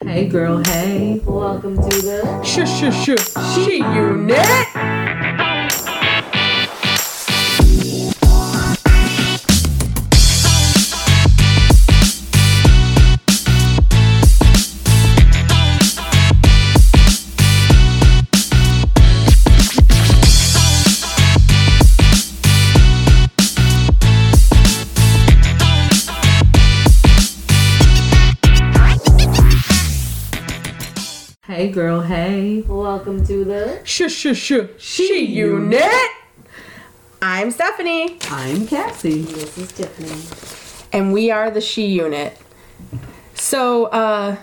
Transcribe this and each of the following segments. Hey girl, hey. Welcome to the Shush, shush, shush. She unit. Hey girl, hey. welcome to the Shush, shush, shush. She unit. I'm Stephanie. I'm Cassie. this is Tiffany. and we are the She Unit. So, uh,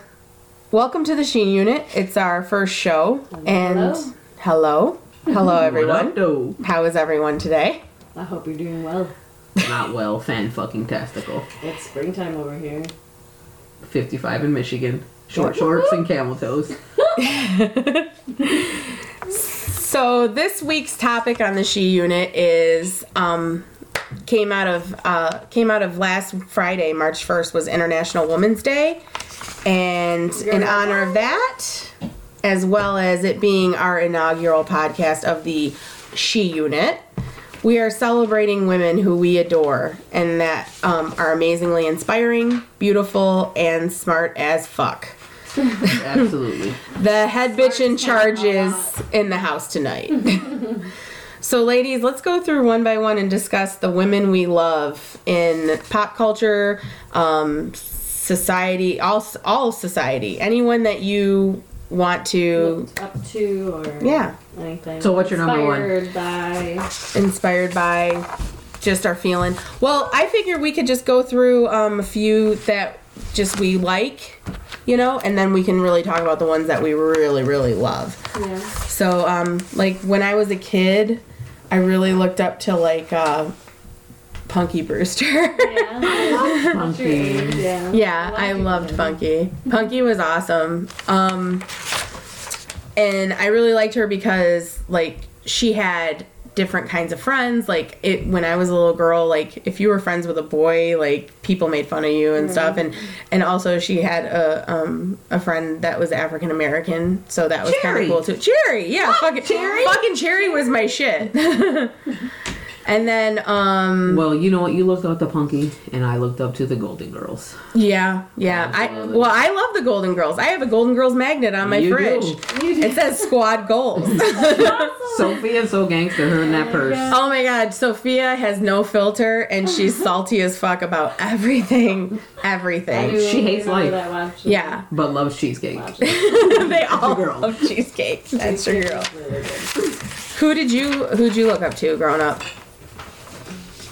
welcome to the She Unit. It's our first show, and hello, hello everyone. No, How is everyone today? I hope you're doing well. not well. Fan fucking tastical. It's springtime over here. 55 in Michigan. Short shorts and camel toes. So this week's topic on the She Unit is um, came out of uh, came out of last Friday, March first was International Women's Day, and in honor of that, as well as it being our inaugural podcast of the She Unit, we are celebrating women who we adore and that um, are amazingly inspiring, beautiful, and smart as fuck. Absolutely. The head bitch in charge is in the house tonight. so, ladies, let's go through one by one and discuss the women we love in pop culture, um, society, all all society. Anyone that you want to, Looked up to or yeah, anything. So what's your number one? Inspired by inspired by, just are feeling. Well, I figure we could just go through um, a few that just we like, you know, and then we can really talk about the ones that we really, really love. yeah. So, um, like when I was a kid, I really looked up to like uh, Punky Brewster. Yeah. What's your age? Funky. Yeah. yeah, lot of I people loved did. Punky. Punky was awesome. Um, and I really liked her because like she had different kinds of friends. Like it when I was a little girl, like if you were friends with a boy, like people made fun of you and stuff. And and also she had a um a friend that was African American, so that was kind Cherry. of cool too. Cherry, yeah, fucking Cherry, fucking Cherry was my shit. and then um Well, you know what? You looked up to Punky, and I looked up to the Golden Girls. yeah yeah I Absolutely. well I love the Golden Girls. I have a Golden Girls magnet on my You do. fridge. You did. It says squad goals. Sophie and So Gangster, her and that purse. Oh my god, Sophia has no filter and she's salty as fuck about everything. I Everything. She hates life. remember That watch. Yeah. But loves cheesecake. they all girl. love cheesecake. That's your girl. Really good. Who did you who would you look up to growing up?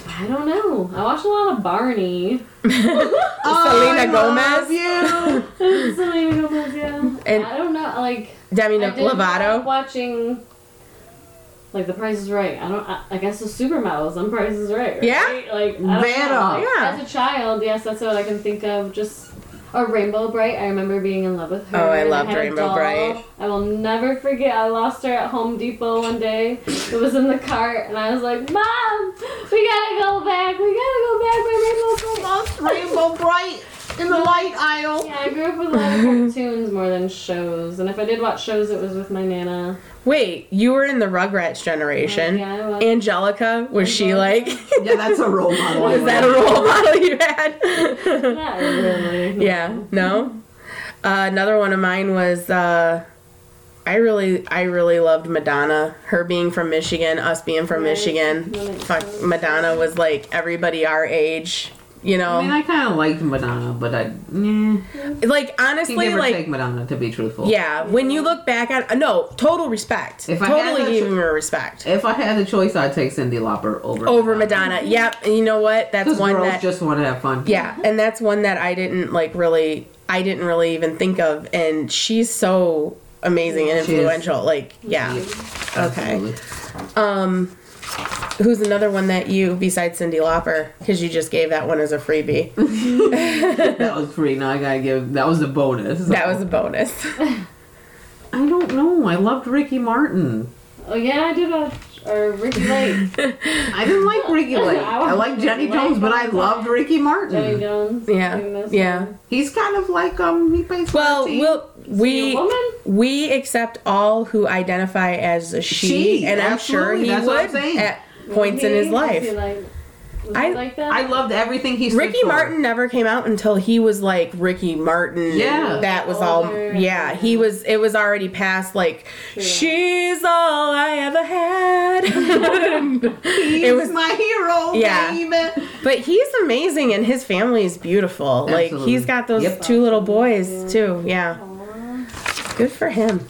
I don't know. I watched a lot of Barney. Oh, Selena Gomez, Selena Gomez, yeah. And- I don't know. Like Demi I did grow up Lovato. watching. Like the Price is Right. I don't. I, I guess the supermodels on Price is Right. right? Yeah. Like I don't know. Vanna. Like, Yeah. As a child, yes, that's what I can think of. Just a Rainbow Bright. I remember being in love with her. Oh, I and loved had a Rainbow doll. Bright. I will never forget. I lost her at Home Depot one day. It was in the cart, and I was like, "Mom, we gotta go back. We gotta go back by Rainbow Bright." Oh, Rainbow bright in the light aisle. Yeah, I grew up with a lot of cartoons more than shows, and if I did watch shows, it was with my nana. Wait, you were in the Rugrats generation. Oh, Yeah, I was. Angelica, was she like Yeah, that's a role model. was that a role model you had? Not really. yeah, no. Uh, another one of mine was uh, I really I really loved Madonna. Her being from Michigan, us being from Right. Michigan. Really Fuck, close. Madonna was like everybody our age. You know, I mean, I kind of liked Madonna, but I, eh, like I honestly, never like take Madonna to be truthful. yeah. When you look back at no, total respect. If I had totally that giving cho- her respect If I had the choice, I'd take Cindy Lauper over over Madonna. Yep, and you know what? That's Because one girls that just want to have fun. Yeah, and that's one that I didn't like really I didn't really even think of and she's so amazing and She is. influential. Like, yeah. Okay. Absolutely. Um who's another one that you besides Cindy Lauper cuz you just gave that one as a freebie. That was free. Now I gotta give. That was a bonus. That was a bonus. I don't know. I loved Ricky Martin. Oh yeah, I did a or Ricky Lake, I didn't like Ricky Lake. I like Jenny Jones, but I loved Ricky Jenny Martin. Jones. Mm. Yeah, doing this yeah. one. He's kind of like um. He plays Well, Monty. we'll, we Be a woman. we accept all who identify as a she, She, and I'm sure absolutely, he that's what I'm would saying. at points in Maybe. his Was he life. Like, was I- he like that? I loved everything he. stood Ricky for. Martin never came out until he was like Ricky Martin. Yeah. That was all. Older. Yeah. He was, it was already past like, Oh, True. she's all I ever had. He's It was- my hero. Yeah. baby. but he's amazing and his family is beautiful. Like, Absolutely. he's got those Yep. two little boys too. Yeah. Aw. Good for him.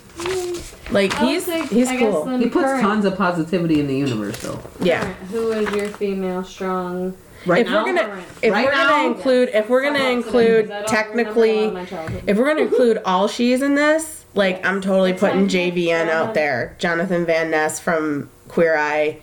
Like, I would he's, say, he's I guess um, cool. then He puts current- tons of positivity in the universe, though. Yeah. current, Who is your female strong? Right if now, we're gonna if Right we're now? gonna include if we're gonna Because include I don't remember a lot of my technically childhood. if we're gonna include all she's in this like i'm totally That's putting fine. jvn out there jonathan van ness from queer eye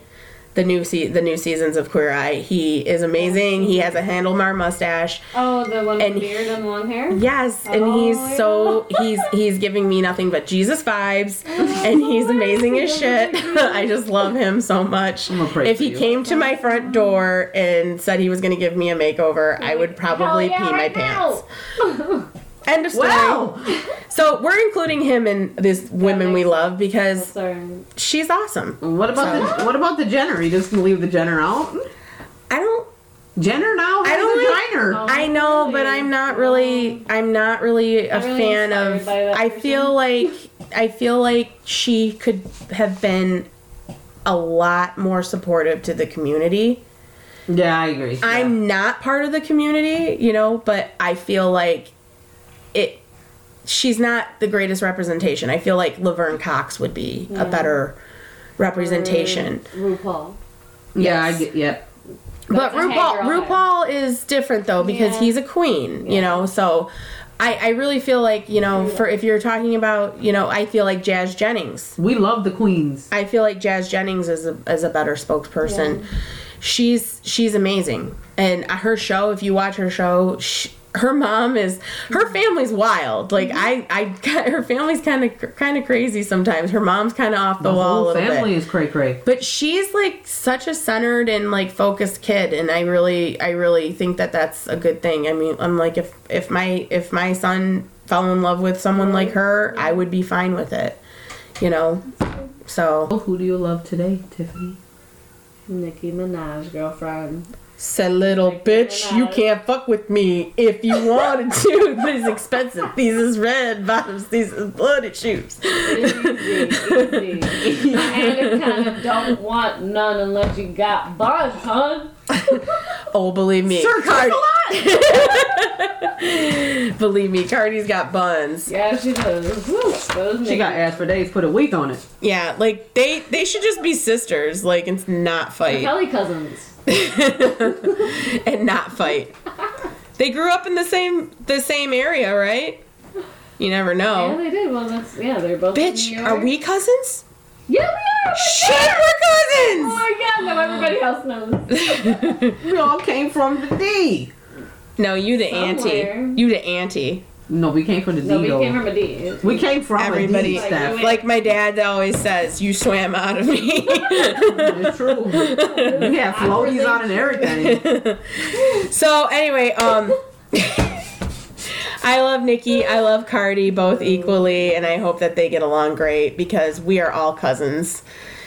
the new se- the new seasons of queer eye he is amazing he has a handlebar mustache Oh, the one with And- beard and long hair. yes and Oh, he's yeah. so he's he's giving me nothing but jesus vibes and he's amazing as shit i just love him so much I'm gonna pray if for he you. came to my front door and said he was going to give me a makeover i would probably Hell yeah, pee my right pants now. End of story. Wow. So we're including him in this women we makes love because Sorry. she's awesome. What about the what about the Jenner? Are you just gonna leave the Jenner out? I don't. Jenner now has I don't a like- Jenner. Oh. I know, but I'm not really. I'm not really a I'm really fan inspired of. by that I person. feel like. I feel like she could have been a lot more supportive to the community. Yeah, I agree. Yeah. I'm not part of the community, you know, but I feel like it. She's not the greatest representation. I feel like Laverne Cox would be Yeah. a better representation. Ru- RuPaul. Yeah, I yes. get. Yep. But That's a RuPaul, hangirl RuPaul is different though because Yeah. he's a queen, Yeah. you know. So, I I really feel like you know for if you're talking about you know I feel like Jazz Jennings. We love the queens. I feel like Jazz Jennings is a is a better spokesperson. She's she's amazing, and her show. If you watch her show, sh her mom is her family's wild. Like Mm-hmm. I I her family's kind of kind of crazy sometimes. Her mom's kind of off the, The wall a whole little bit family is cray cray. but she's like such a centered and like focused kid and i really i really think that that's a good thing i mean i'm like if if my if my son fell in love with someone like her i would be fine with it you know so Oh, Who do you love today, Tiffany? Nicki Minaj, girlfriend. said little bitch you can't fuck with me if you wanted to these expensive these is red bottoms these is bloody shoes Easy, easy. I kind of don't want none unless you got buns, hun. oh believe me Sir, Cardi- a lot. believe me cardi's got buns Yeah, she does. Woo, those She got niggas. ass for days. Put a week on it. Yeah, like they they should just be sisters, like and not fight Kelly cousins. and not fight. They grew up in the same the same area, right? You never Oh. Yeah, know. they did. Well, that's yeah, they're both. in New Bitch, York. are we cousins? Yeah, we are. Shit, Oh we're my god! Now everybody else knows. cousins. We all came from the D. no, you the Somewhere. auntie. You the auntie. No, we came from the D. No, we though. came from a D. We came from Everybody- a D, Steph. Like my dad always says, you swam out of me. It's true. We had floaties on and everything. so anyway, um I love Nikki, I love Cardi both equally, and I hope that they get along great because we are all cousins.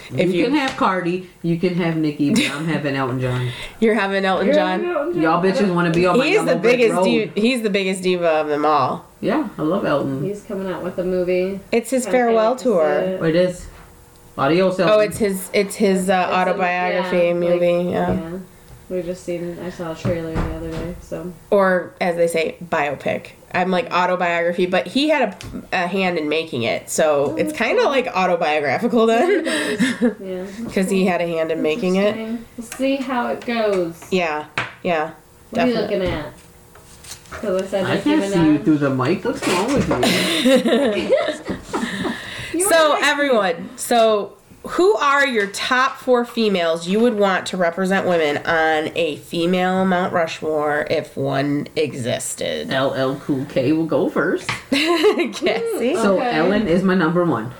If you, you, can have Cardi, you can have Nicki, but I'm having Elton John. you're having Elton John, Y'all bitches want to be on Oh my he's Yellow the Brick biggest Road. diva, he's the biggest diva of them all. Yeah, I love Elton. He's coming out with a movie. It's his Kinda farewell excited to see tour. it. What it is? Adios, Elton. Oh, it's his it's his uh, It's a- autobiography yeah, like- movie, yeah. yeah. We just seen. I saw a trailer the other day. So or as they say, biopic. I'm like autobiography, but he had a, a hand in making it, so it's kind of like autobiographical then. yeah. because he had a hand in making it. Interesting. We'll see how it goes. Yeah, yeah, What are you Definitely. looking at? So I said, I Nicki can't see you uh, Minaj. through the mic. What's wrong with you? You So wanna make- everyone, so who are your top four females you would want to represent women on a female Mount Rushmore if one existed? LL Cool K will go first. Cassie. So Okay. Ellen is my number one.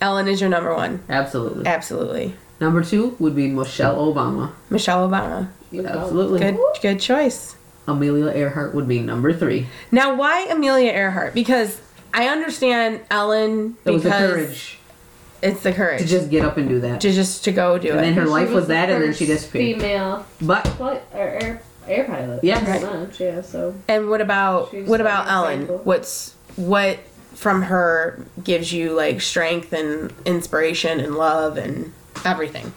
Ellen is your number one. Uh, Absolutely. Absolutely. Number two would be Michelle Obama. Michelle Obama. Absolutely. Good good choice. Amelia Earhart would be number three. Now why Amelia Earhart? Because I understand Ellen It was the because courage it's the courage. to just get up and do that. to just to go do And it. then her She life was the that, and then first she disappeared. Female But flight, or air, air pilot. Yes. Pretty much, yeah, so. and what about She's what an about Ellen? example. What's what from her gives you like strength and inspiration and love and everything.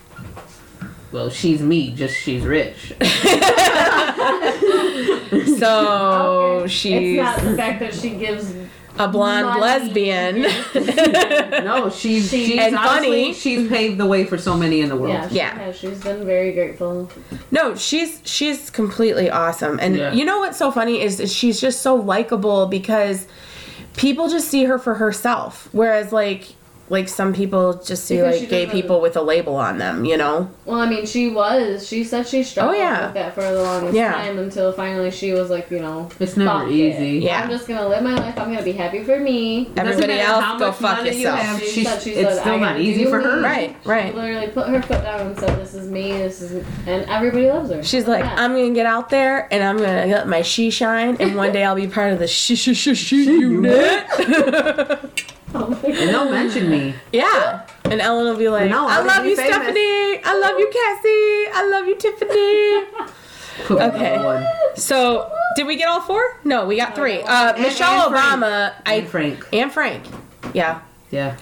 well, she's me. Just she's rich. So Okay. Oh, she's It's not the fact that she gives. a blonde money. lesbian. No, she's She- she's And honestly, funny. She's paved the way for so many in the world. Yeah, she Yeah. has. She's been very grateful. no, she's she's completely awesome. And Yeah. you know what's so funny is, is she's just so likable because people just see her for herself whereas like like some people just see Because she like gay doesn't- people with a label on them, you know? Well, I mean, she was. She said she struggled Oh, yeah. with that for the longest Yeah. time until finally she was like, you know, It's never Fuck easy. it. Yeah. I'm just gonna live my life. I'm gonna be happy for me. Doesn't Everybody matter else, how go much fuck money you yourself. have, She she's- said she it's said, still "I not gotta easy do for her. me." Right, right. Literally put her foot down and said, "This is me. This is," and everybody loves her. She's like, Yeah. I'm gonna get out there and I'm gonna let my she shine, and one day I'll be part of the she she she she unit. Oh my And God. they'll mention me. yeah, and Ellen will be like, No, I I'll love be you, famous." Stephanie. I love you, Cassie. I love you, Tiffany. Put me Okay. number one. So, did we get all four? No, we got three. Uh, And- Michelle and Frank. Obama, And I Frank. and Frank. Yeah, Yeah.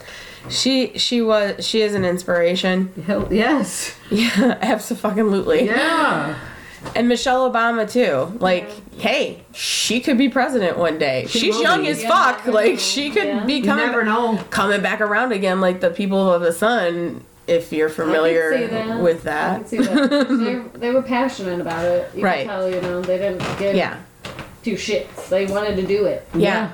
she she was she is an inspiration. Hell, yes. Yeah, absolutely. Yeah. And Michelle Obama too. Like, hey, she could be president one day. She's will young be. as Yeah, fuck. never Like, know. she could Yeah. be You coming never know. coming back around again, like the people of the sun. If you're familiar I can see that. with I that, can see that. they, they were passionate about it. You Right. Could tell, you know, they didn't give yeah, two shits. They wanted to do it. yeah,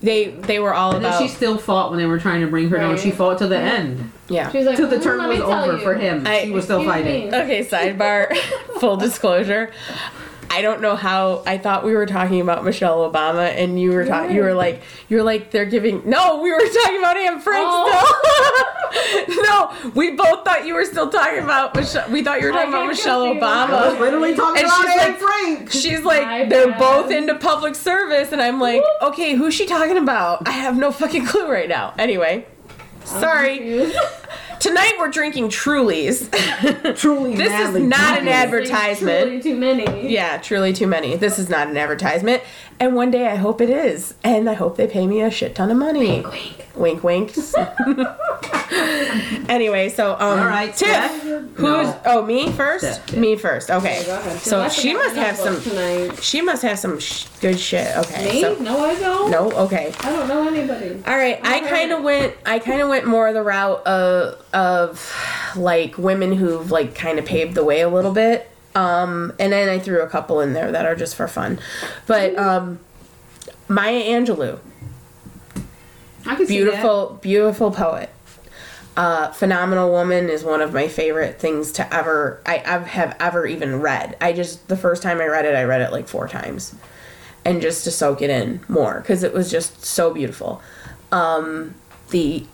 they they were all And about then she still fought when they were trying to bring her down. Right. She fought to the end. yeah. She was like, Till the "Mm, term let was me tell over you." for him. I- she was still Excuse fighting. me. Okay, sidebar, full disclosure. I don't know how I thought we were talking about Michelle Obama and you were talking you were like you were like they're giving No, we were talking about Anne Frank Oh. still. no, we both thought you were still talking about Michelle we thought you were I talking about got Michelle confused. I was Obama. literally talking And about she's Anne like- Frank. She's like My they're bad. both into public service and I'm like, "Okay, who's she talking about? I have no fucking clue right now." Anyway, Oh, sorry. Tonight we're drinking Trulies. Truly, This is madly not an drunk. adver- Advertisement. Truly too many. Yeah, truly too many. This is not an advertisement. And one day I hope it is. And I hope they pay me a shit ton of money. Wink. Wink, wink. anyway, so um All right, Tiff. Steph. Who's No. oh me first? Steph, yeah. Me first. Okay. Go ahead. So I she forgot must my have some notebook tonight. she must have some sh- good shit. Okay. Me? so- no, I don't. no, okay. I don't know anybody. All right, I Okay. kind of went. I kind of went more the route of of like women who've like kind of paved the way a little bit. Um, and then I threw a couple in there that are just for fun. But um, Maya Angelou, I can see that. beautiful, beautiful poet. Uh, phenomenal woman is one of my favorite things to ever I I've, have ever even read. I just the first time I read it, I read it like four times, and just to soak it in more because it was just so beautiful. Um, the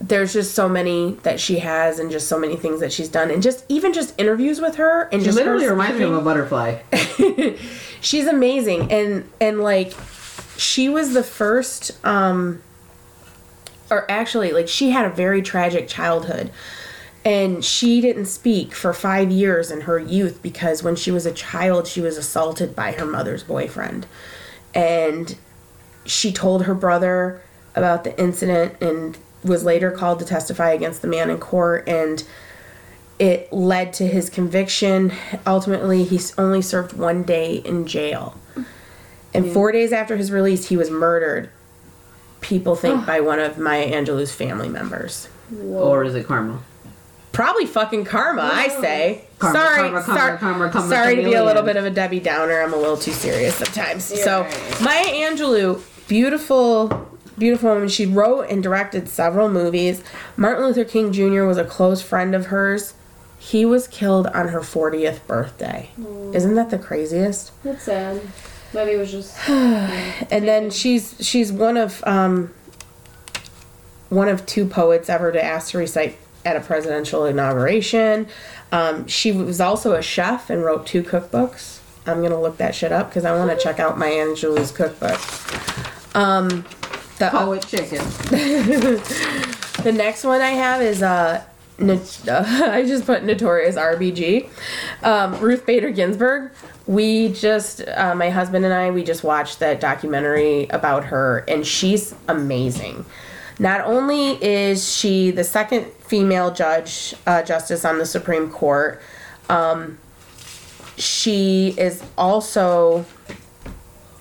there's just so many that she has, and just so many things that she's done, and just even just interviews with her, and She just her literally reminds me of speaking a butterfly. she's amazing and and like she was the first um or actually like she had a very tragic childhood and she didn't speak for 5 years in her youth because when she was a child she was assaulted by her mother's boyfriend and she told her brother about the incident and was later called to testify against the man in court and it led to his conviction. Ultimately, he s- only served one day in jail. And four days after his release, he was murdered, people think, by one of Maya Angelou's family members. Or is it karma? Probably fucking karma, I say. Karma, sorry, karma, karma, sor- karma, karma, sorry to be a chameleon. little bit of a Debbie Downer. I'm a little too serious sometimes. You're so, right. Maya Angelou, beautiful, beautiful woman. She wrote and directed several movies. Martin Luther King Jr. was a close friend of hers. He was killed on her 40th birthday. Isn't that the craziest? That's sad. That he was just. and then she's she's one of um one of two poets ever to ask to recite at a presidential inauguration. Um, she was also a chef and wrote two cookbooks. I'm gonna look that shit up because I want to check out my Aunt Julie's cookbook. Um, the Poet chicken. the next one I have is uh, not- uh, I just put notorious RBG, um, Ruth Bader Ginsburg. We just, uh, my husband and I, we just watched that documentary about her, and she's amazing. Not only is she the second female judge, uh, justice on the Supreme Court, um, she is also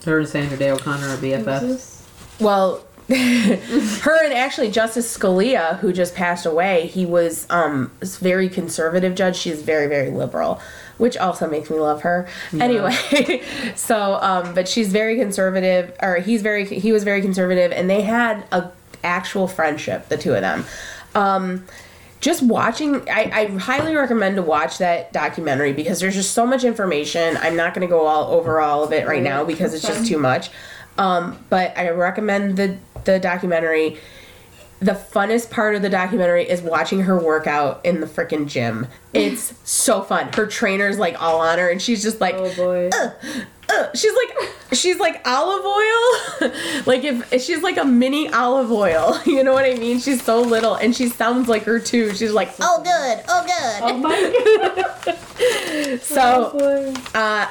Her and Sandra Day O'Connor are BFFs. well, her and actually Justice Scalia, who just passed away, he was um a very conservative judge. She's very very liberal, which also makes me love her. Anyway, so um, but she's very conservative, or he's very he was very conservative, and they had a actual friendship, the two of them. Um, just watching I, I highly recommend to watch that documentary because there's just so much information i'm not going to go all over all of it right now because it's just too much um, but i recommend the the documentary the funnest part of the documentary is watching her work out in the freaking gym it's so fun her trainer's like all on her and she's just like Oh boy. uh, she's like she's like olive oil like if she's like a mini olive oil you know what i mean she's so little and she sounds like her too she's like oh good oh Oh my good so god. uh,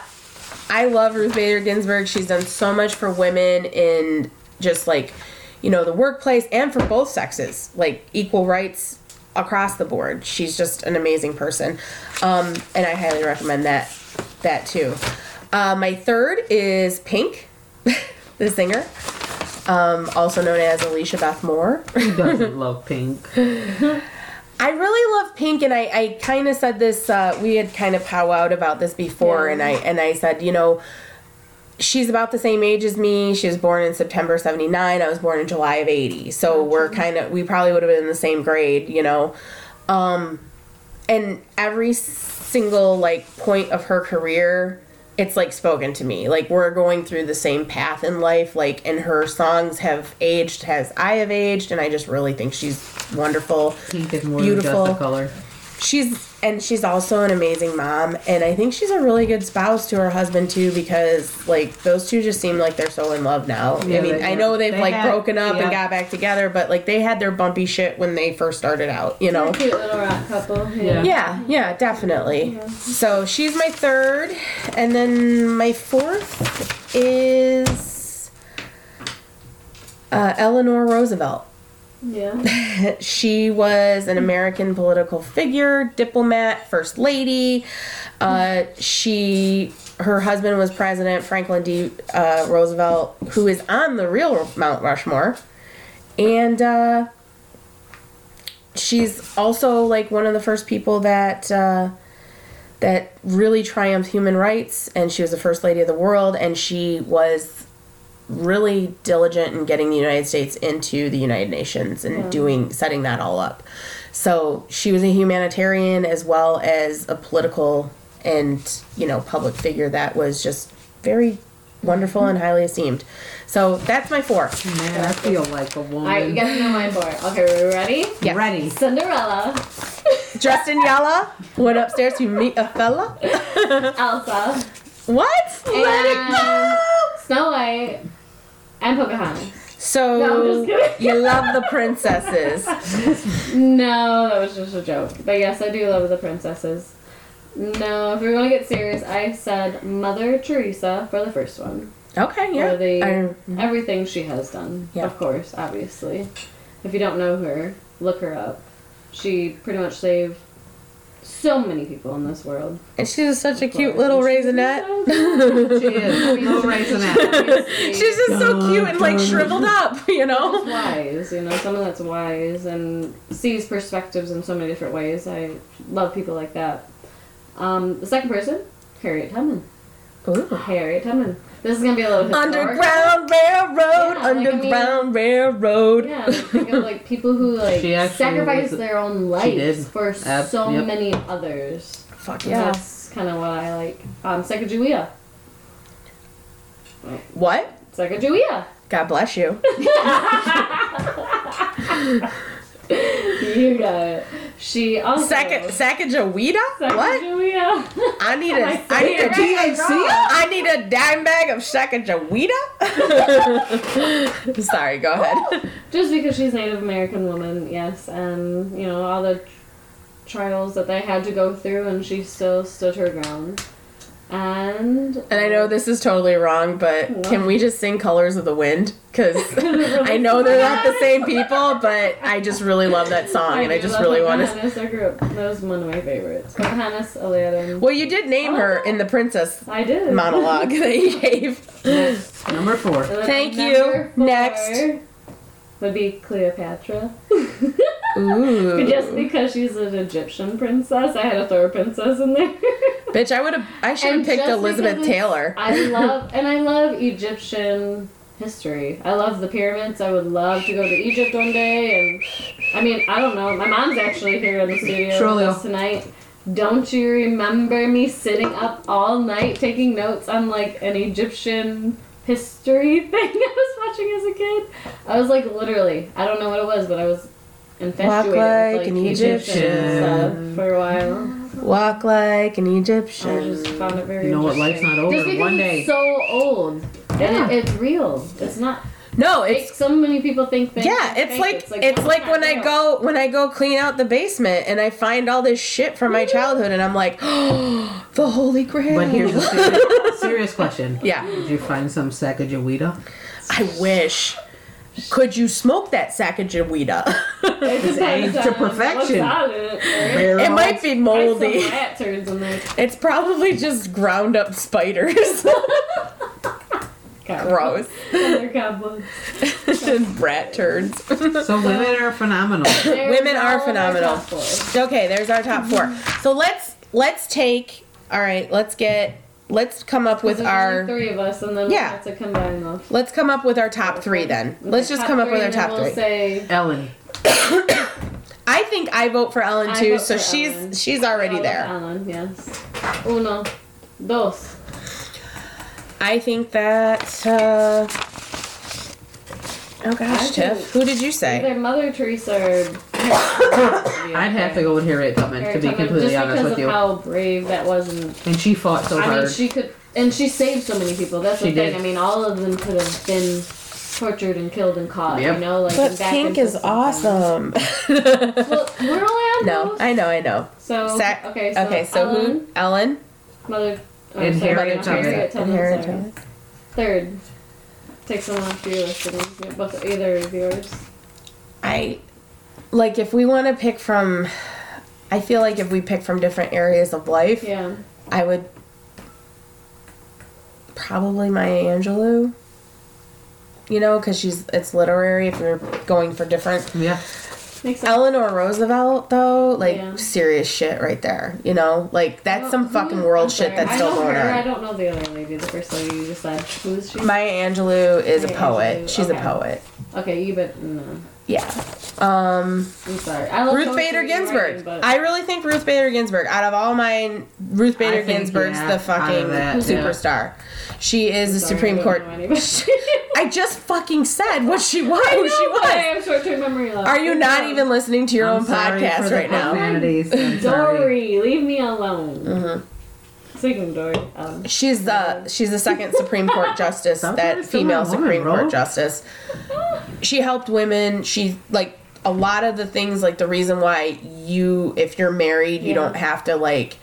i love ruth bader ginsburg she's done so much for women in just like you know the workplace and for both sexes like equal rights across the board she's just an amazing person um, and i highly recommend that that too uh, my third is pink the singer um, also known as alicia beth moore Who doesn't love pink? I really love pink, and I, I kind of said this. Uh, we had kind of powwowed about this before, Yeah. and I and I said, you know, she's about the same age as me. She was born in September '79. I was born in July of '80, so we're kind of we probably would have been in the same grade, you know. Um, and every single like point of her career it's like spoken to me like we're going through the same path in life like and her songs have aged as i have aged and i just really think she's wonderful Pink is more Beautiful. than just a color. she's and she's also an amazing mom and i think she's a really good spouse to her husband too because like those two just seem like they're so in love now i Yeah, mean they i are. know they've They like had- broken up and yeah. got back together but like they had their bumpy shit when they first started out you know Cute little rock couple. Yeah. yeah yeah definitely so she's my third and then my fourth is uh, eleanor roosevelt Yeah. she was an American political figure, diplomat, first lady. Uh, she, her husband was President Franklin D. Uh, Roosevelt, who is on the real Mount Rushmore, and uh, she's also like one of the first people that. Uh, that really triumphed human rights, and she was the first lady of the world, and she was really diligent in getting the United States into the United Nations and doing setting that all up. So she was a humanitarian as well as a political and you know public figure that was just very wonderful and highly esteemed. So that's my four. Man, I feel like a woman. Alright, you guys know my board. Okay, are we ready? Yeah. Ready. Cinderella, Justin Yala went upstairs to meet a fella. Elsa, What? Let it and go. Snow White, and Pocahontas. So No, I'm just kidding. you love the princesses. No, that was just a joke. But yes, I do love the princesses. No, if we are going to get serious, I said Mother Teresa for the first one. Okay, yeah. For the I- everything she has done. Yeah. Of course, obviously. If you don't know her, look her up. She pretty much saved so many people in this world. and she's such a cute little raisinette. She is. No raisinette. Obviously. She's just so cute and like shriveled up, you Someone's know? wise, you know, someone that's wise and sees perspectives in so many different ways. I love people like that. Um, the second person, Harriet Tubman. Harriet Tubman. This is gonna be a little historical. Underground Railroad, like, I Underground Railroad. Yeah, like, think of like people who like She actually sacrificed was- their own lives did. for Ab- so yep. many others. Fuck And That's kind of what I like. Um, Sacagawea. What? Sacagawea. God bless you. you got it. She also Saka- Sacagawea? What? Sacagawea. I need a, I I saying need a it right? THC. I need a dime bag of Sacagawea. Sorry, go ahead. Just because she's Native American woman, yes, and you know all the trials that they had to go through, and she still stood her ground. And And I know this is totally wrong, but can we just sing Colors of the Wind? Because I know they're not the same people, but I just really love that uh, song and I just love really Hannah want to. Hannes, I grew up. That was one of my favorites. But Hannes Aladdin. Well, you did name her in the princess I did. monologue that you gave. Number four. Thank Number you. Next. four Would be Cleopatra. Ooh. Just because she's an Egyptian princess, I had to throw a princess in there. Bitch, I would have. I should have And picked just Elizabeth because Taylor. I love and I love Egyptian history. I love the pyramids. I would love to go to Egypt one day. And I mean, I don't know. My mom's actually here in the studio with Trolio. us tonight. Don't you remember me sitting up all night taking notes on like an Egyptian history thing I was watching as a kid? I was like literally, I don't know what it was, but I was infatuated like with like an Egyptian, Egyptian. stuff for a while. Walk like an I Egyptian. just found it very You know what? interesting. Life's not over. Just because One it's day. so old. Yeah. And it, it's real. It's not. No, It's, it's so many people think that. yeah, it's like it's like, oh, when I go when I go clean out the basement and I find all this shit from my childhood and I'm like, oh, the Holy Grail. But here's a serious, serious question. yeah, Did you find some Sacagawea? I wish. Could you smoke that Sacagawea? It's aged to perfection. it might be moldy. Rat turns in there. It's probably just ground up spiders. Got Gross. They're goblins. Brat turds. So women are phenomenal. They're Women are all my phenomenal. top four. Okay, there's our top four. Mm-hmm. So let's let's take. All right, let's get. Let's come up with There's our. only three of us, and then we Yeah. have to combine them. Let's come up with our top three then. Let's just Top come up three, with our and then top we'll three. Say Ellen. I think I vote for Ellen I too, vote so for she's Ellen. she's already Ellen, there. Ellen, yes. Uno, dos. I think that. Uh, oh I gosh, think- Tiff, who did you say? Either Mother Teresa or. I'd have to go with Harriet Tubman to be completely just honest because with of you. how brave that was, and And she fought so I mean, hard. she could, and she saved so many people. That's the She thing. did. I mean, all of them could have been tortured and killed and caught. Yep. You know, like But and back pink into is something. awesome. Well, we're only on no, those. I know, I know. so Sac- okay, so, okay, so Ellen, who? Ellen. Mother, oh, And sorry, Harriet not Tubman. Harriet Tubman, And Harriet sorry. Tubman. Third, take someone off your list. and you know, Both either of yours. I like if we want to pick from. I feel like if we pick from different areas of life, Yeah. I would probably Maya Angelou. You know, because she's it's literary. If you're going for different, yeah. Makes sense. Eleanor Roosevelt though, like Yeah. serious shit right there. You know, like that's Well, some who- fucking world I'm shit sorry, that's I still know going her, I on. don't know the other lady, the first lady you just said. Who is she? Maya Angelou is a Maya poet. Angelou, She's okay. a poet. okay, you bet. No, Yeah. Um, I'm sorry. I love Ruth poetry Bader and Ginsburg. writing, but- I really think Ruth Bader Ginsburg. Out of all mine, Ruth Bader think, Ginsburg's yeah, the out of fucking that, yeah. superstar. She is the Sorry, Supreme I don't Court know anybody. I just fucking said what she was. Who she No way, I have was. short-term memory loss. Are you not No. even listening to your I'm own sorry for podcast the right now? profanities. I'm sorry. Dory? Leave me alone. Mm-hmm. Speaking of Dory, um, She's the she's the second Supreme Court justice that Sometimes you're female a woman, Supreme bro. Court justice. She helped women. She like a lot of the things like the reason why you if you're married you Yeah. don't have to like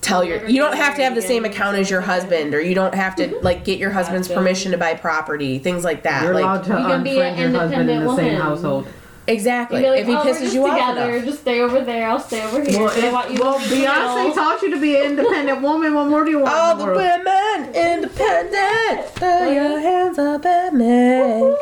tell your Never you don't be have to have the married same again. account as your husband or you don't have Mm-hmm. to like get your husband's Gotcha. permission to buy property things like that You're like allowed to You can be an unfriend your husband in the independent same woman. household. exactly you'd be like, if he oh, we're pisses just you off together, enough. Just stay over there. I'll stay over here. Well, I want you if, to well be single. Beyonce taught you to be an independent woman. What more do you want? Oh, All in the the world? women independent. Throw your hands up at me.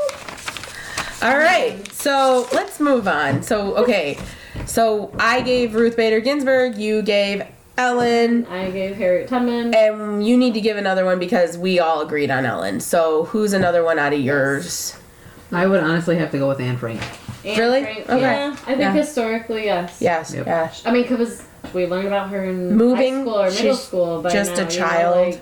All right, so let's move on. So okay, so I gave Ruth Bader Ginsburg, you gave Ellen, I gave Harriet Tubman. and you need to give another one because we all agreed on Ellen. So who's another one out of yours? I would honestly have to go with Anne Frank. Anne Eh, really? Frank. Okay. Yeah, I think Yeah. historically, yes. Yes, Yep. yes. I mean, because we learned about her in Moving, high school or middle she's school, but just a now, you know, child. like,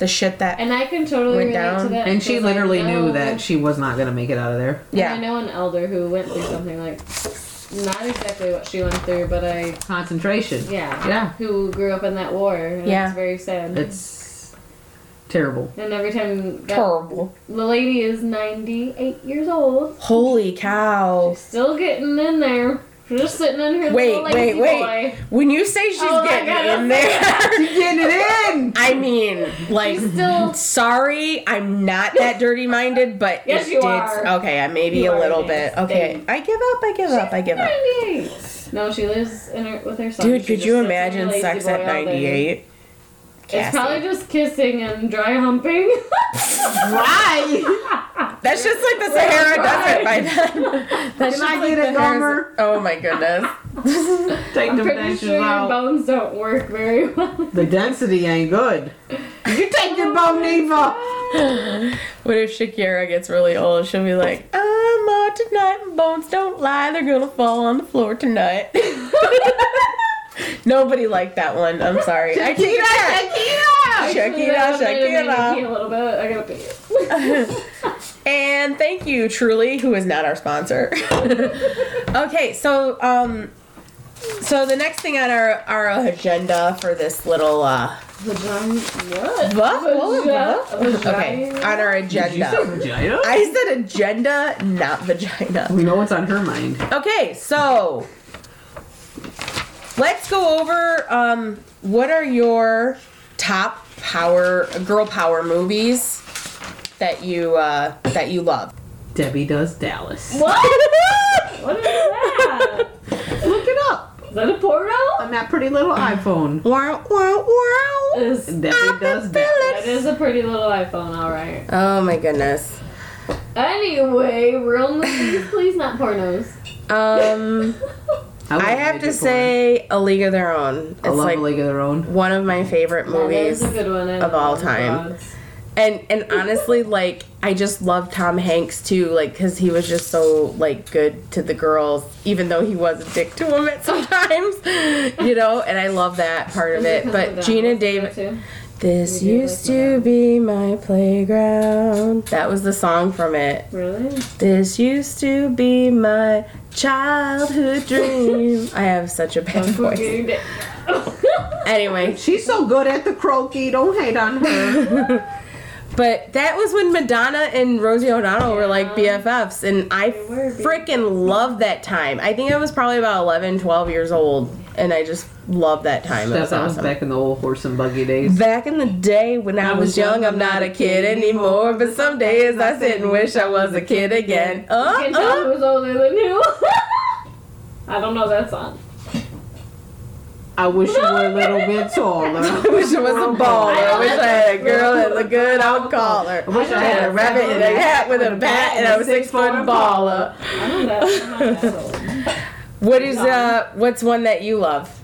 the shit that And I can totally Went relate to down, that. And she because I literally knew know- that she was not gonna make it out of there. and yeah. I know an elder who went through something like not exactly what she went through, but I Concentration. yeah Yeah. who grew up in that war. And Yeah. it's very sad. It's terrible. and every time that, Horrible. the lady is ninety eight years old, Holy cow. she's still getting in there. She's just sitting in her Wait, little lazy wait, wait. boy. When you say she's Oh my getting God, in I'm there, She's getting it in. I mean, like, She's still- sorry, I'm not that dirty minded, but Yes, it you did- are. Okay, I maybe You a are little an bit. ass. Okay, Dang. I give up. I give up. I give up. 98. No, she lives in her, with her son. Dude, She could just you sits in her imagine lazy sex boy at all day. 98? It's Cassie. probably just kissing and dry humping. Why? That's just like the Sahara Desert by then. That's Can I just like get a the Harris- number? Oh my goodness. Take I'm them pretty dentures sure your out. bones don't work very well. The density ain't good. You take your bone Neva. What if Shakira gets really old? She'll be like, I'm out tonight, my bones don't lie, they're gonna fall on the floor tonight. Nobody liked that one. I'm sorry. I take it back. Actually, Shakira, that made me pee Shakira. A little bit. I gotta pee. And thank you, Truly, who is not our sponsor. okay, so um so the next thing on our our agenda for this little uh Vagina. What? What? What? Vagina. okay, on our agenda. Did you say vagina? I said agenda, not vagina. We know what's on her mind. Okay, so let's go over um, what are your top power girl power movies that you uh, that you love. Debbie does Dallas. What? What is that? Look it up Is that a porno? on that pretty little iPhone. wow, wow, wow. Is- Debbie does Dallas. That is a pretty little iPhone, alright. Oh my goodness. Anyway, real movies, please, not pornos. Um, I love have to midget say, A League of Their Own. It's porn. I love like a League of Their Own. one of my favorite movies. That is a good one. I of all love time. dogs. and and honestly like i just love tom hanks too like because he was just so like good to the girls even though he was a dick to them at sometimes you know and i love that part of it but gina davis this You do used like to be my playground that was the song from it Really? this used to be my childhood dream i have such a bad voice Gina Da- Uh-huh. anyway She's so good at the croaky. Don't hate on her. But that was when Madonna and Rosie O'Donnell were like BFFs, and I were BFFs. freaking loved that time. I think I was probably about 11, 12 years old, and I just loved that time. It That's was I was awesome. back in the old horse and buggy days. Back in the day when I was young, I'm not a kid anymore. But some days I sit and wish I was a kid again. You Uh, can tell uh. who's older than who. I don't know that song. I wish you were a little bit taller. I wish I was a baller. I wish I had a girl that looked good. I would call her. I wish I had a rabbit and a hat with a bat, and I was six foot baller. I don't know. I'm not that old. What is uh? What's one that you love?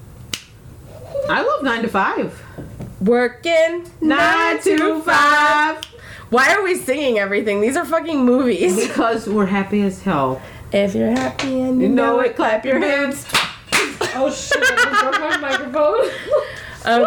I love nine to five. Working nine to five. Why are we singing everything? These are fucking movies. Because we're happy as hell. If you're happy and you know it, clap your hands. Oh shit! I just broke my microphone.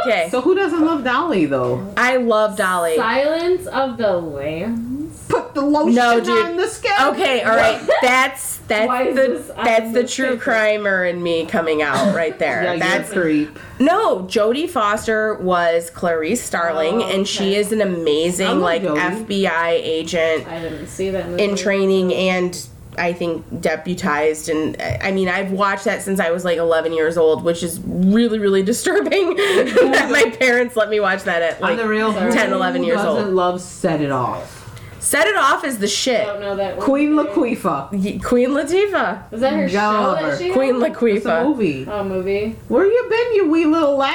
Okay. So who doesn't love Dolly though? I love Dolly. Silence of the Lambs. Put the lotion No, dude. on the skin. Okay, all right. That's Why that's is the this that's on the this true paper? crimer in me coming out right Yeah, there. you're That's a creep. No, Jodie Foster was Clarice Starling Oh, and she okay. is an I amazing love like Jodie. FBI agent I didn't see that movie. in training and I think deputized and I I mean I've watched that since I was like 11 years old which is really really disturbing that my parents let me watch that at On like the real 10 11 years doesn't old. love set it off. Set it off is the I shit. don't know that. one Queen either. Latifah. Ye- Queen Latifah. Was that her Go show over. that she had? Queen It's a Latifah. movie. Oh, movie. Where you been, you wee little lad?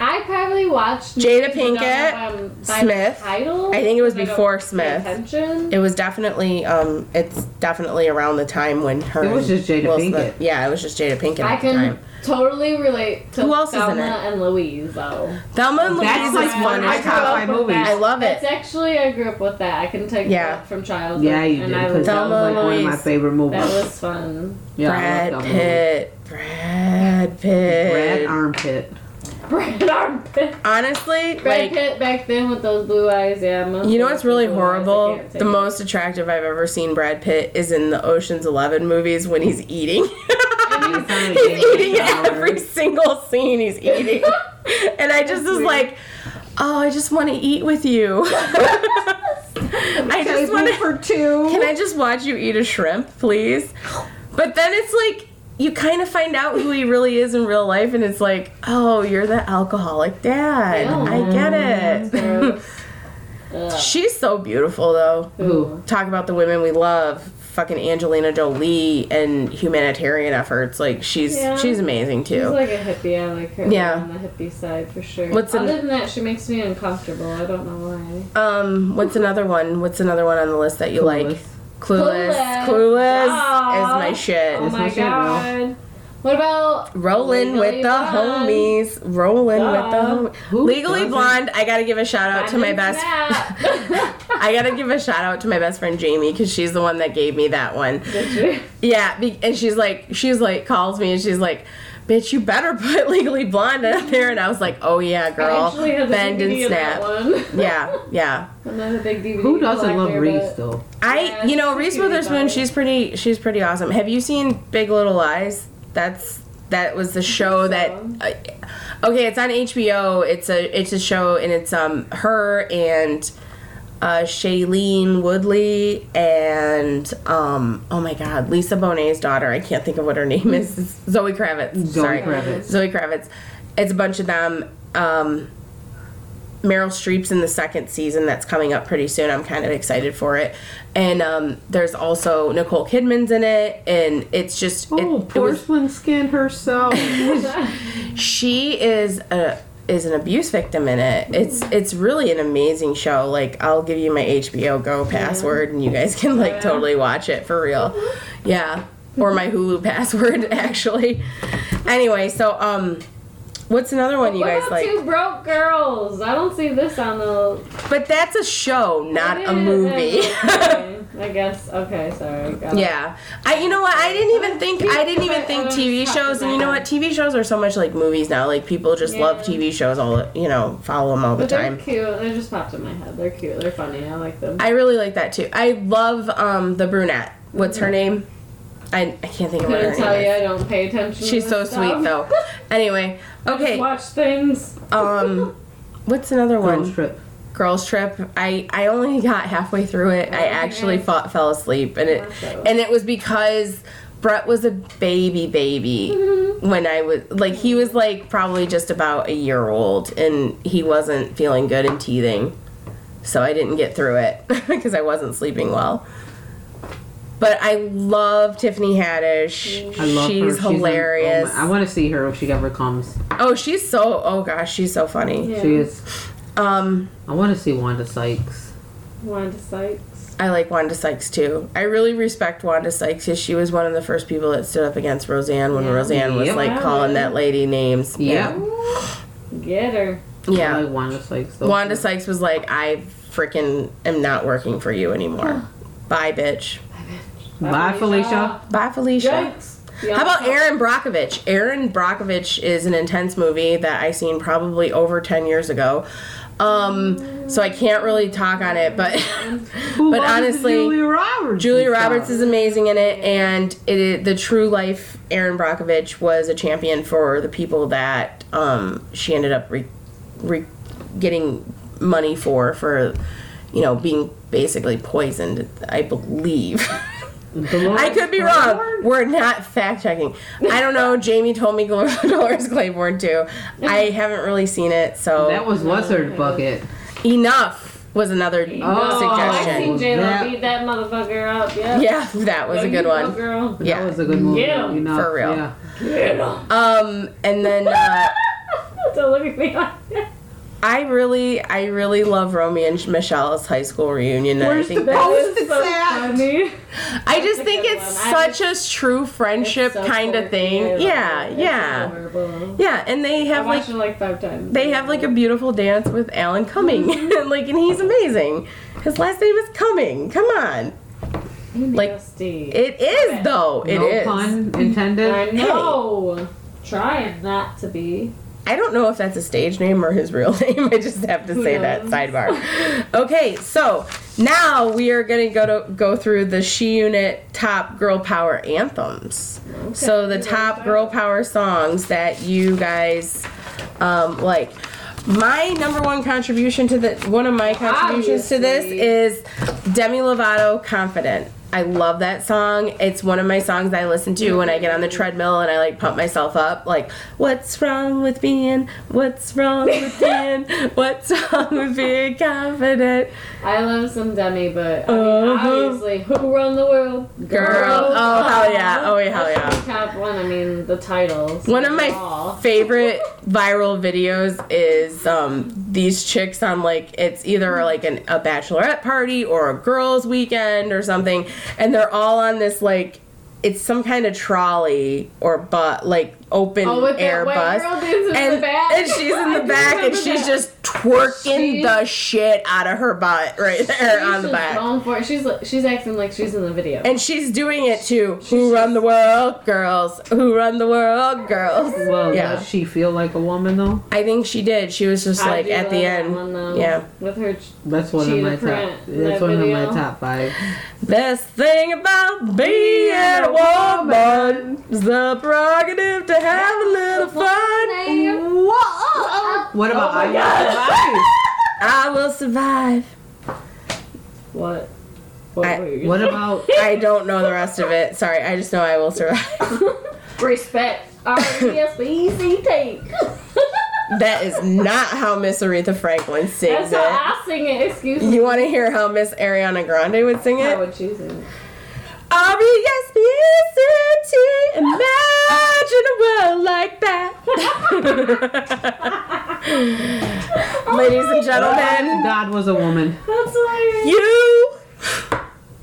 I probably watched movies that Jada don't Pinkett, have, um, by Smith. the Title. I think it was because I don't before pay Smith. Attention. It was definitely um it's definitely around the time when her It was and just Jada Will Smith- Pinkett. Yeah, it was just Jada Pinkett I at the can time. totally relate to Who else is in Thelma it? and Louise though. Thelma and That's Louise like is one of my wonderful. top five movies. I love it. It's actually I grew up with that. I can take Yeah. that from childhood. Yeah, you did. and I Because that Thelma was like one of my Louise. favorite movies. That was fun. yeah, I Brad love that movie. Pitt. Brad um, Pitt. Brad armpit. Brad Armpit. Honestly, Brad like Pitt back then with those blue eyes, yeah. most You know of what's the really blue eyes, I horrible? can't take The it. most attractive I've ever seen Brad Pitt is in the Ocean's Eleven movies when he's eating. he's eating in every single scene. He's eating, and I just was like, "Oh, I just want to eat with you. I just want to. for two. Can I just watch you eat a shrimp, please?" But then it's like you kind of find out who he really is in real life, and it's like, "Oh, you're the alcoholic dad. I get it." Ugh. She's so beautiful, though. Ooh. talk about the women we love fucking angelina jolie and humanitarian efforts like she's Yeah. she's amazing She's too like a hippie. I like her Yeah. on the hippie side for sure. What's in- Other than that, she makes me uncomfortable. I don't know why. um what's another one what's another one on the list that you like clueless Clueless. clueless, Aw. is my shit Oh my my shit, bro. god. What about Rolling Legally with the Blonde? homies. Rolling Duh. with the homies. Who Legally doesn't? Blonde. I gotta give a shout out to my Imagine best. that. I gotta give a shout out to my best friend Jamie because she's the one that gave me that one. Did Yeah, be- and she's like, she's like, calls me and she's like, "Bitch, you better put Legally Blonde up there." And I was like, "Oh yeah, you? I girl, actually have the bend and DVD of that snap." one. Yeah, yeah. I'm not a big DVD Who doesn't love collector, Reese but- though? I, Yeah, you know, she's Reese a cutie pie. Witherspoon, she's pretty, she's pretty awesome. Have you seen Big Little Lies? That's that was the show that. Uh, okay, it's on HBO. It's a it's a show and it's um her and uh Shailene Woodley and um oh my god, Lisa Bonet's daughter. I can't think of what her name is. It's Zoe Kravitz. Zoe Sorry. Kravitz. Zoe Kravitz. It's a bunch of them. Um, Meryl Streep's in the second season that's coming up pretty soon. I'm kind of excited for it. And um, there's also Nicole Kidman's in it, and it's just it- Oh, it, was- porcelain skin herself. she is a is an abuse victim in it. It's it's really an amazing show. Like I'll give you my HBO Go password, and you guys can like totally watch it for real. Mm-hmm. Yeah, or my Hulu password actually. Anyway, so um, what's another one you What guys about like? two broke girls? I don't see this on the. But that's a show, not It a is- movie. okay, I guess. Okay, sorry. got it. Yeah, I. You know what? I didn't even think. I didn't even think TV shows. And you know what? TV shows are so much like movies now. Like people just love Yeah. TV shows. All you know, follow them all the But they're time. cute. They just popped in my head. They're cute. They're funny. I like them. I really like that too. I love um the brunette. What's her name? I, I can't think of what her Mm-hmm. couldn't tell you. name I don't pay attention. is. to She's this so stuff. sweet though. Anyway, Just okay. watch things. Um, what's another Girls one? trip. Girls Trip. I I only got halfway through it. Oh, I actually fought, fell asleep, and it and it was because Brett was a baby baby Mm-hmm. when I was like he was like probably just about a year old, and he wasn't feeling good and teething, so I didn't get through it because I wasn't sleeping well. But I love Tiffany Haddish. I love her. she's an- oh my- hilarious. I want to see her if she ever comes. oh, she's so oh gosh, she's so funny. Yeah. She is. Um. I want to see Wanda Sykes. Wanda Sykes. I like Wanda Sykes too. I really respect Wanda Sykes because she was one of the first people that stood up against Roseanne when Yeah. Roseanne was Yep. like calling that lady names. Yeah. Get her. I Yeah. like Wanda Sykes. Though. Wanda Sykes was like, I freaking am not working for you anymore. Bye, bitch. Bye, Felicia. Bye, Felicia. Yikes. How about Aaron Brockovich? Aaron Brockovich is an intense movie that I seen probably over 10 years ago. Um, so I can't really talk on it, but Who But loves honestly, Julia Roberts. Julia and stuff? Roberts is amazing in it, and it is, the true life Erin Brockovich was a champion for the people that um, she ended up re, re, getting money for for you know being basically poisoned. I believe. Dolores I could be wrong. We're not fact checking. I don't know. Jamie told me Glo- Dolores Claiborne too. I haven't really seen it, so That was what's her bucket. enough was another Oh, I suggestion. seen J Lo That- beat that motherfucker up. Yeah. Yeah, that was Go, a good you go, one. Girl. Yeah. That was a good movie. Yeah. You know, For real. Yeah. Um, and then uh, Don't look at me like that. I really, I really love Romy and Michelle's high school reunion. and I think that- That was Post-it so sack. funny. I just a think good it's one. I such a true friendship So kind of quirky. I thing. love Yeah, it. It's yeah, adorable. yeah. And they I have like watched it like five times. they have like a beautiful dance with Alan Cumming, Mm-hmm. and like, and he's amazing. His last name is Cumming. Come on, like, Nasty. it is though. It no is. pun intended. I know. Trying not to be. I don't know if that's a stage name or his real name. I just have to say that knows? sidebar. okay, so now we are going to go to go through the She Unit top girl power anthems. So the top girl power songs that you guys um, like. My number one contribution to the one of my contributions to this Obviously. is Demi Lovato Confident. I love that song. It's one of my songs I listen to when I get on the treadmill and I like pump myself up. Like, what's wrong with being? What's wrong with being? What's wrong with being confident? I love some Demi, but I mean, Uh-huh. obviously, who run the world? Girl. Oh, hell yeah. Oh, yeah, hell yeah. Top one. I mean, the titles. One of my Aw. favorite viral videos is um, these chicks on like it's either like an, a bachelorette party or a girls' weekend or something, and they're all on this like it's some kind of trolley or but like open Oh, with that air white bus, girl dancing in the and back? and she's in I the do back and remember she's that. just twerking She- the shit out of her butt right there She's on the just back. going for it. She's like- she's acting like she's in the video. And she's doing it to who run the world, girls. Who run the world, girls. Well, Yeah. does she feel like a woman though? I think she did. She was just I like do at the love end. that one, though, yeah. With her. That's one Cheetah of my print, top. that That's one of my video. top five. Best thing about being a woman is the prerogative to have a little fun. Whoa! Oh What about my I? I will survive. What? What? I- were you What gonna about I don't know the rest of it. Sorry, I just know I will survive. say? respect? R E S P C T. that is not how Miss Aretha Franklin sings That's it. how I sing it. Excuse me. You want to hear how Miss Ariana Grande would sing I it? would choose it. R E S P E C T. Imagine a world like that. Ladies and gentlemen, God was a woman? Oh That's hilarious. you.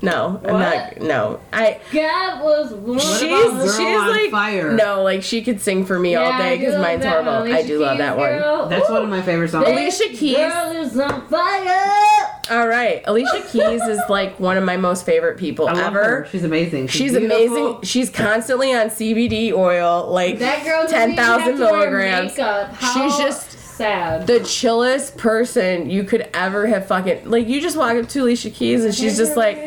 No, I'm What? not. No, I. God was one. She's about Girl she's on like Fire? no, like she could sing for me all day because mine's horrible. I do love that one. That's one of my favorite songs. Alicia Keys. Girl is on fire. All right, Alicia Keys is like one of my most favorite people I love ever. her. She's amazing. She's beautiful. amazing. She's constantly on CBD oil, like That girl doesn't ten even have thousand to wear milligrams. makeup. How She's just sad. the chillest person you could ever have fucking like you just walk up to Alicia Keys and she's just like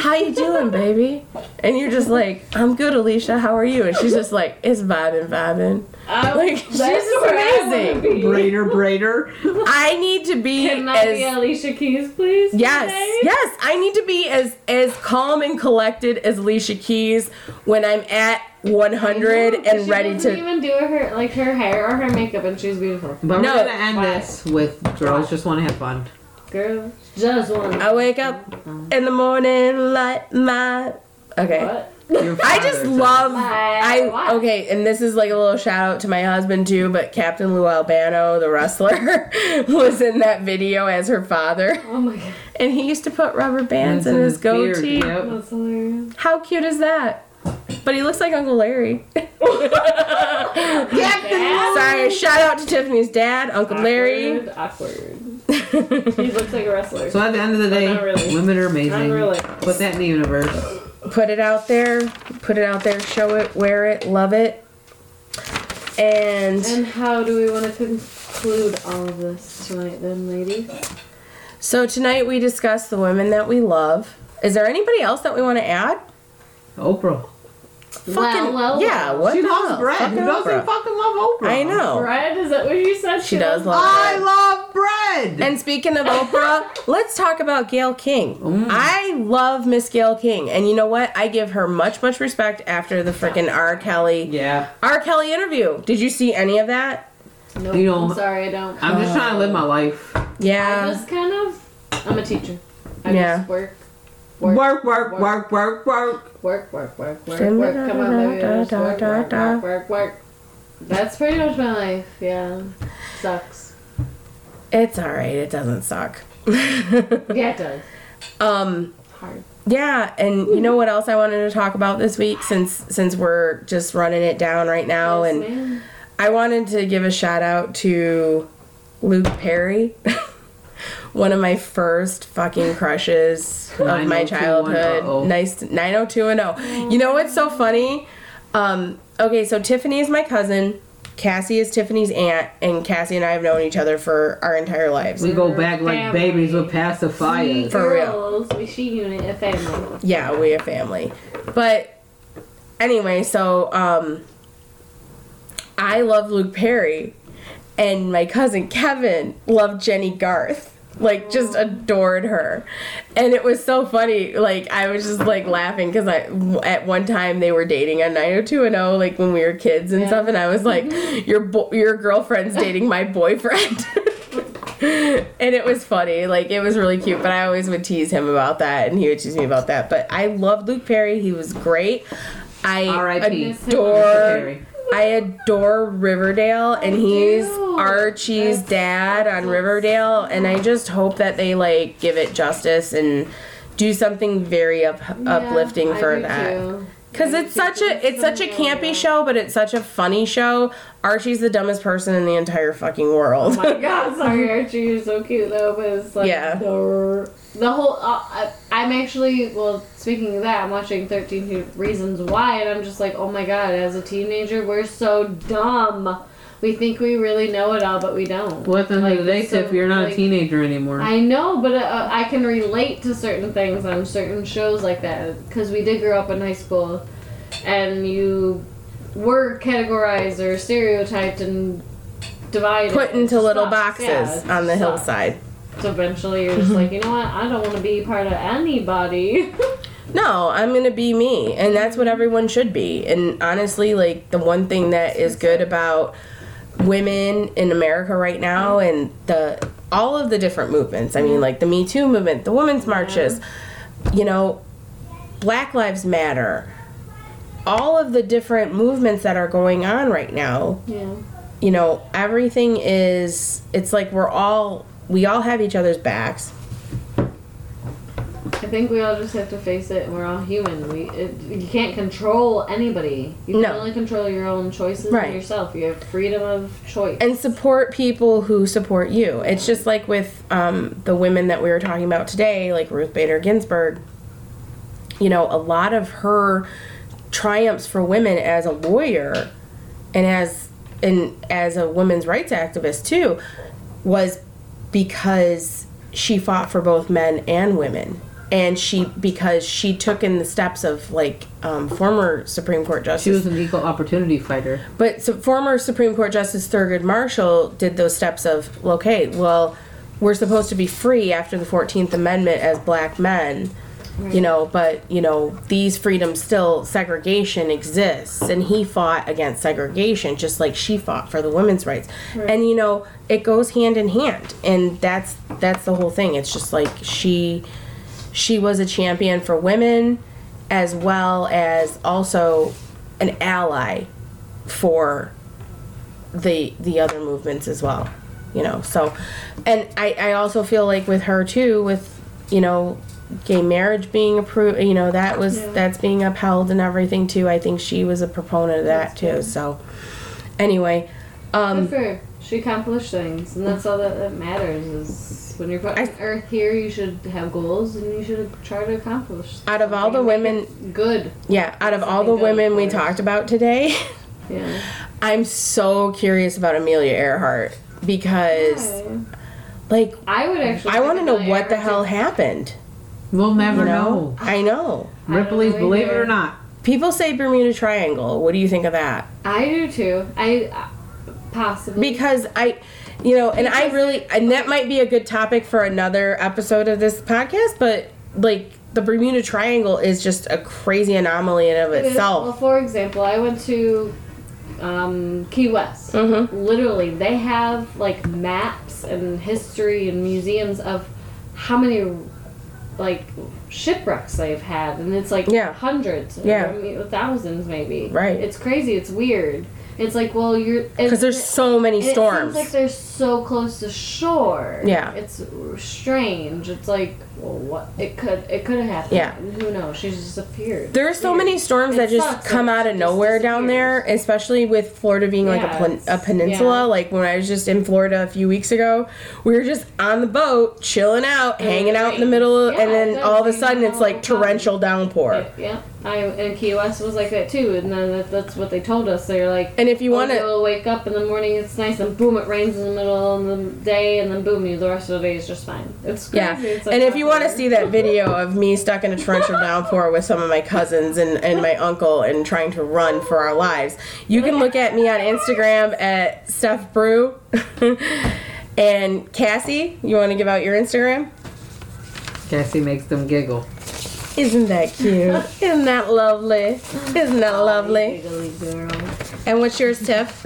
how you doing baby and you're just like I'm good Alicia how are you and she's just like it's vibing vibing I, like, she's that's just where I wanna amazing. be. Braider, braider. I need to be Can I as be Alicia Keys, please? Yes, today? yes. I need to be as as calm and collected as Alicia Keys when I'm at 100 She and ready doesn't to. even do her like her hair or her makeup, and she's beautiful. But No. we're gonna end Why? this with girls just want to have fun. Girl, just one. I wake up in the morning, light my. Okay. What? Your I just father's- love Why? I Why? okay, and this is like a little shout out to my husband too, but Captain Lou Albano, the wrestler, was in that video as her father. Oh my god, And he used to put rubber bands It's in his beard, goatee. yep. that's hilarious. How cute is that? But he looks like Uncle Larry. Sorry, shout out to Tiffany's dad, Uncle Larry. Awkward, awkward. He looks like a wrestler. So at the end of the day, Not really. women are amazing. Not really. Put that in the universe. put it out there, put it out there, show it, wear it, love it. And and how do we want to conclude all of this tonight, then, ladies? so tonight we discussed the women that we love. Is there anybody else that we want to add? Oprah. well, well, yeah, well. what she the loves hell? bread. Fucking Who doesn't Oprah. fucking love Oprah? I know. Bread? Is that what you said? She does love I bread. love bread. And speaking of Oprah, let's talk about Gail King. Mm. I love Miss Gail King, and you know what? I give her much, much respect after the freaking R. Kelly yeah. R. Kelly interview. Did you see any of that? Nope, You I'm don't- sorry, I don't. I'm just trying to live my life. Yeah. I just kind of. I'm a teacher. I Yeah. just work. Work, work, work, work, work. Work, work, work, work, Shimmy, work. da, Come da, on, da, baby. Just da, work, da, work, da. work, work, work. That's pretty much my life. Yeah, sucks. It's all right. It doesn't suck. Yeah, it does. um Hard. yeah, and you know what else I wanted to talk about this week since since we're just running it down right now Yes, Oh, and ma'am. I wanted to give a shout out to Luke Perry. One of my first fucking crushes of my 90210. childhood. Nice 90210. You know what's so funny? Um, okay, so Tiffany is my cousin. Cassie is Tiffany's aunt, and Cassie and I have known each other for our entire lives. We go back like Family. babies with We pacifiers. For real. girls, we she unit, a family. yeah, we a family. But anyway, so um I love Luke Perry and my cousin Kevin loved Jenny Garth. Like just adored her. And it was so funny. Like I was just like laughing cuz I at one time they were dating on 90210 like when we were kids and stuff and I was like your bo- your girlfriend's dating my boyfriend. and it was funny. Like it was really cute, but I always would tease him about that and he would tease me about that. But I loved Luke Perry. He was great. I R.I.P.. Mr. adore Perry. I adore Riverdale and he's do. Archie's dad on Riverdale and I just hope that they like give it justice and do something very up- uplifting Yeah, I for do that. too. Cuz I do it's too, such a it's such a really campy good. show but it's such a funny show. Archie's the dumbest person in the entire fucking world. Oh my god, sorry Um, Archie, you're so cute though, but it's like Yeah. the, the whole. Uh, I, I'm actually well. Speaking of that, I'm watching 13 Hu- Reasons Why, and I'm just like, oh my god. As a teenager, we're so dumb. We think we really know it all, but we don't. Well, at the end of the day, Like, so, Tiff, you're not like, a teenager anymore. I know, but uh, I can relate to certain things on certain shows like that because we did grow up in high school, and you were categorized or stereotyped and divided, Put into little Sucks. boxes Yeah, it on the sucks. hillside. So eventually, you're just like, you know what? I don't want to be part of anybody. No, I'm gonna be me, and that's what everyone should be. And honestly, like the one thing that is good about women in America right now, and the all of the different movements. I Mm-hmm. mean, like the Me Too movement, the women's marches, you know, Black Lives Matter, all of the different movements that are going on right now. yeah. You know, everything is. It's like we're all we all have each other's backs. I think we all just have to face it, and we're all human. We it, you can't control anybody. You can No. only control your own choices Right. and yourself. You have freedom of choice. and support people who support you. It's just like with um, the women that we were talking about today, like Ruth Bader Ginsburg. You know, a lot of her triumphs for women as a lawyer and as and as a women's rights activist too was because she fought for both men and women and she because she took in the steps of like um, former supreme court justice she was an equal opportunity fighter. but so former Supreme Court Justice Thurgood Marshall did those steps of, well, okay, well, we're supposed to be free after the 14th Amendment as black men, you know, but, you know, these freedoms still, segregation exists. And he fought against segregation just like she fought for the women's rights. And, you know, it goes hand in hand. And that's, that's the whole thing. It's just like she, she was a champion for women as well as also an ally for the the other movements as well you know so and i i also feel like with her too with you know gay marriage being approved you know that was Yeah. that's being upheld and everything too i think she was a proponent of that too so anyway Good um for her. She accomplished things, and that's all that, that matters. Is when you're put on Earth here, you should have goals, and you should try to accomplish. out of all the something and women make it good. yeah out of all the Something good, women we of course. talked about today Yeah. i'm so curious about amelia earhart because like I would actually. i want to know like what the Earth hell happened We'll never you know know. i know I don't Ripley's, know believe it either. or not. People say Bermuda Triangle. What do you think of that? I do too. I uh, possibly Because I, you know, and I really, and that might be a good topic for another episode of this podcast, but like the Bermuda Triangle is just a crazy anomaly in of Well, itself. for example, I went to um, Key West. Mhm. Literally, they have like maps and history and museums of how many like shipwrecks they've had, and it's like Yeah. hundreds, Yeah. I mean, thousands maybe. Right. It's crazy. It's weird. It's like well, you're Because there's so many and It seems storms. like there's so close to shore. Yeah. It's strange. It's like, well, what? It could it could have happened. Yeah. Who knows? She's disappeared. There are so Weird. many storms It that just sucks come that out she of just nowhere down there, disappears. especially with Florida being like Yeah, a, plen- a it's- peninsula. yeah. Like when I was just in Florida a few weeks ago, we were just on the boat, chilling out, And it hanging out in the rains. middle, Yeah, and then it all of a does. You sudden it's know, like it's fine. torrential downpour. Yeah, yeah. I and Key West was like that too, and then that, that's what they told us. They're like, And if you oh, want to, you'll wake up in the morning, it's nice, and boom, it rains in the middle of the day, and then boom, you the rest of the day is just fine. It's crazy. yeah, It's like and if you want to popular. see that video of me stuck in a torrential downpour with some of my cousins and, and my uncle and trying to run for our lives, you can look at me on Instagram at Steph Brew. and Cassie, you want to give out your Instagram? Cassie makes them giggle. Isn't that cute? Isn't that lovely? Isn't that lovely? Giggly girl. And what's yours, Tiff?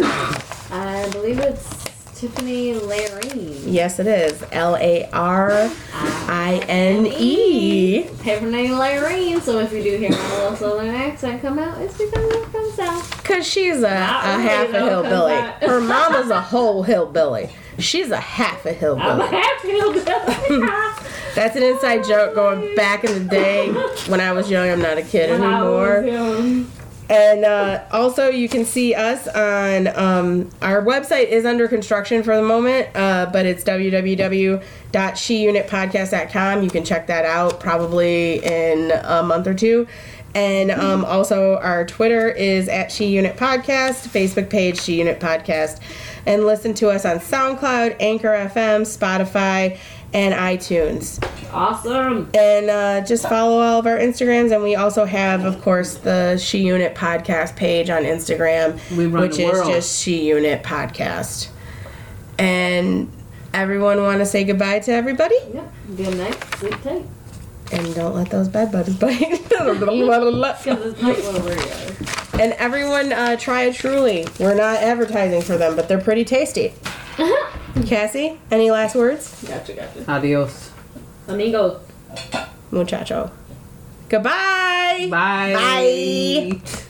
I believe it's Tiffany Larry. Yes, it is. L A R I N E. Tiffany Larry. So if you do hear my little southern accent come out, it's because it comes out. Because she's a, a half really, a though, 'cause hillbilly. I- Her mama's a whole hillbilly. She's a half a I'm hillbilly. happy to That's an inside joke going back in the day when I was young. I'm not a kid When I was anymore. young. And uh, also, you can see us on um, our website is under construction for the moment, uh, but it's www.sheunitpodcast.com. You can check that out probably in a month or two. And um, also, our Twitter is at She Unit Podcast, Facebook page She Unit Podcast, and listen to us on SoundCloud, Anchor FM, Spotify, and iTunes Awesome. and uh, just follow all of our Instagrams. And we also have, of course, the She Unit podcast page on Instagram, We run which the is world. just She Unit podcast. And everyone want to say goodbye to everybody, Yep. Good night. Sleep tight. and don't let those bed bugs bite. Because it's night where we are. and everyone uh, try it truly. We're not advertising for them, but they're pretty tasty. Cassie, any last words, Gotcha, gotcha. Adios. Amigos. muchacho? Goodbye. Bye. Bye.